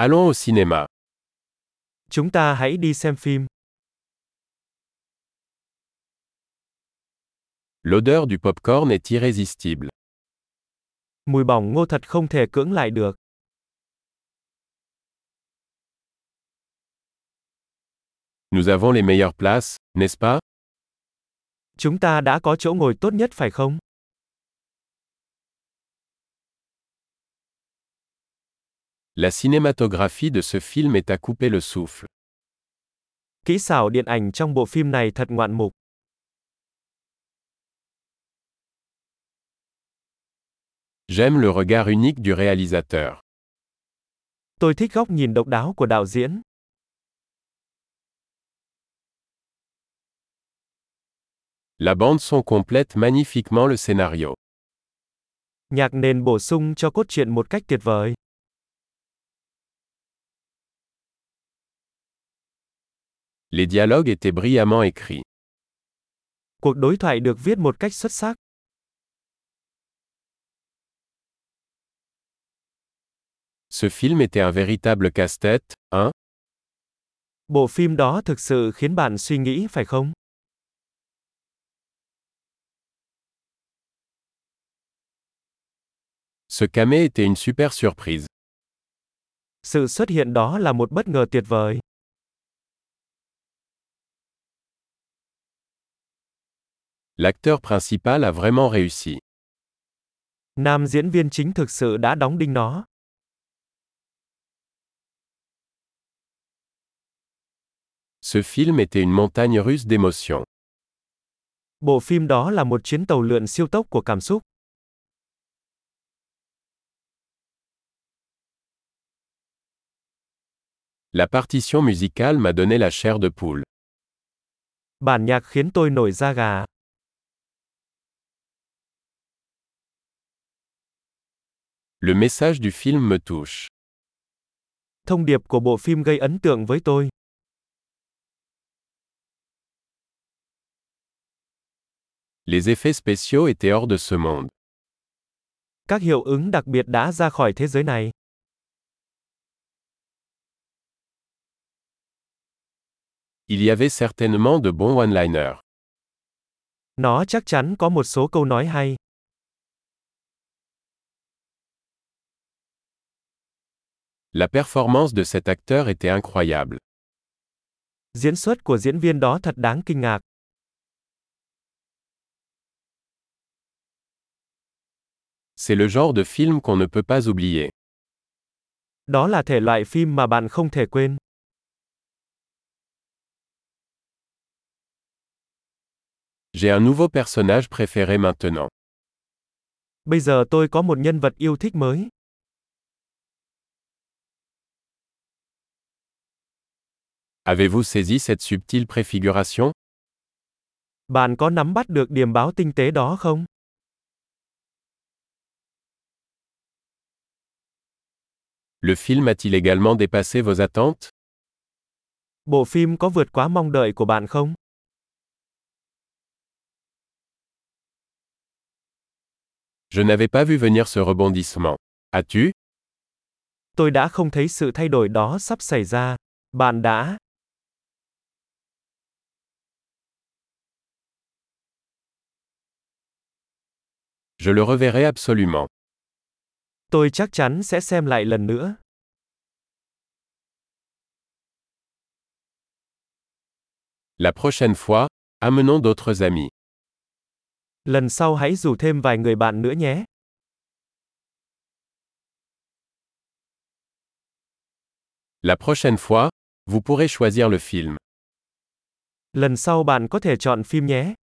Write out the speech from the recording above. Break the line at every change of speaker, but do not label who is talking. Allons au cinéma.
Chúng ta hãy đi xem phim.
L'odeur du popcorn est irrésistible.
Mùi bỏng ngô thật không thể cưỡng lại được.
Nous avons les meilleures places, n'est-ce pas
Chúng ta đã có chỗ ngồi tốt nhất phải không?
La cinématographie de ce film est à couper le souffle.
Kỹ xảo điện ảnh trong bộ phim này thật ngoạn mục.
J'aime le regard unique du réalisateur.
Tôi thích góc nhìn độc đáo của đạo diễn.
La bande son complète magnifiquement le scénario.
Nhạc nền bổ sung cho cốt truyện một cách tuyệt vời.
Les dialogues étaient brillamment écrits.
Cuộc đối thoại được viết một cách xuất sắc.
Ce film était un véritable casse-tête, hein
Bộ phim đó thực sự khiến bạn suy nghĩ phải không?
Ce camé était une super surprise.
Sự xuất hiện đó là một bất ngờ tuyệt vời.
L'acteur principal a vraiment réussi.
Nam diễn viên chính thực sự đã đóng đinh nó.
Ce film était une montagne russe d'émotions.
Bộ phim đó là một chuyến tàu lượn siêu tốc của cảm xúc.
La partition musicale m'a donné la chair de poule.
Bản nhạc khiến tôi nổi da gà.
Le message du film me touche.
Thông điệp của bộ phim gây ấn tượng với tôi.
Les effets spéciaux étaient hors de ce monde.
Các hiệu ứng đặc biệt đã ra khỏi thế giới này.
Il y avait certainement de bons one-liners.
Nó chắc chắn có một số câu nói hay.
La performance de cet acteur était incroyable.
Diễn xuất của diễn viên đó thật đáng kinh ngạc.
C'est le genre de film qu'on ne peut pas oublier.
Đó là thể loại phim mà bạn không thể quên.
J'ai un nouveau personnage préféré maintenant.
Bây giờ tôi có một nhân vật yêu thích mới.
Avez-vous saisi cette subtile préfiguration
Bạn có nắm bắt được điểm báo tinh tế đó không?
Le film a-t-il également dépassé vos attentes
Bộ phim có vượt quá mong đợi của bạn không?
Je n'avais pas vu venir ce rebondissement. As-tu
Tôi đã không thấy sự thay đổi đó sắp xảy ra. Bạn đã.
Je le reverrai absolument.
Tôi chắc chắn sẽ xem lại lần nữa.
La prochaine fois, amenons d'autres amis.
Lần sau hãy rủ thêm vài người bạn nữa nhé.
La prochaine fois, vous pourrez choisir le film.
Lần sau bạn có thể chọn phim nhé.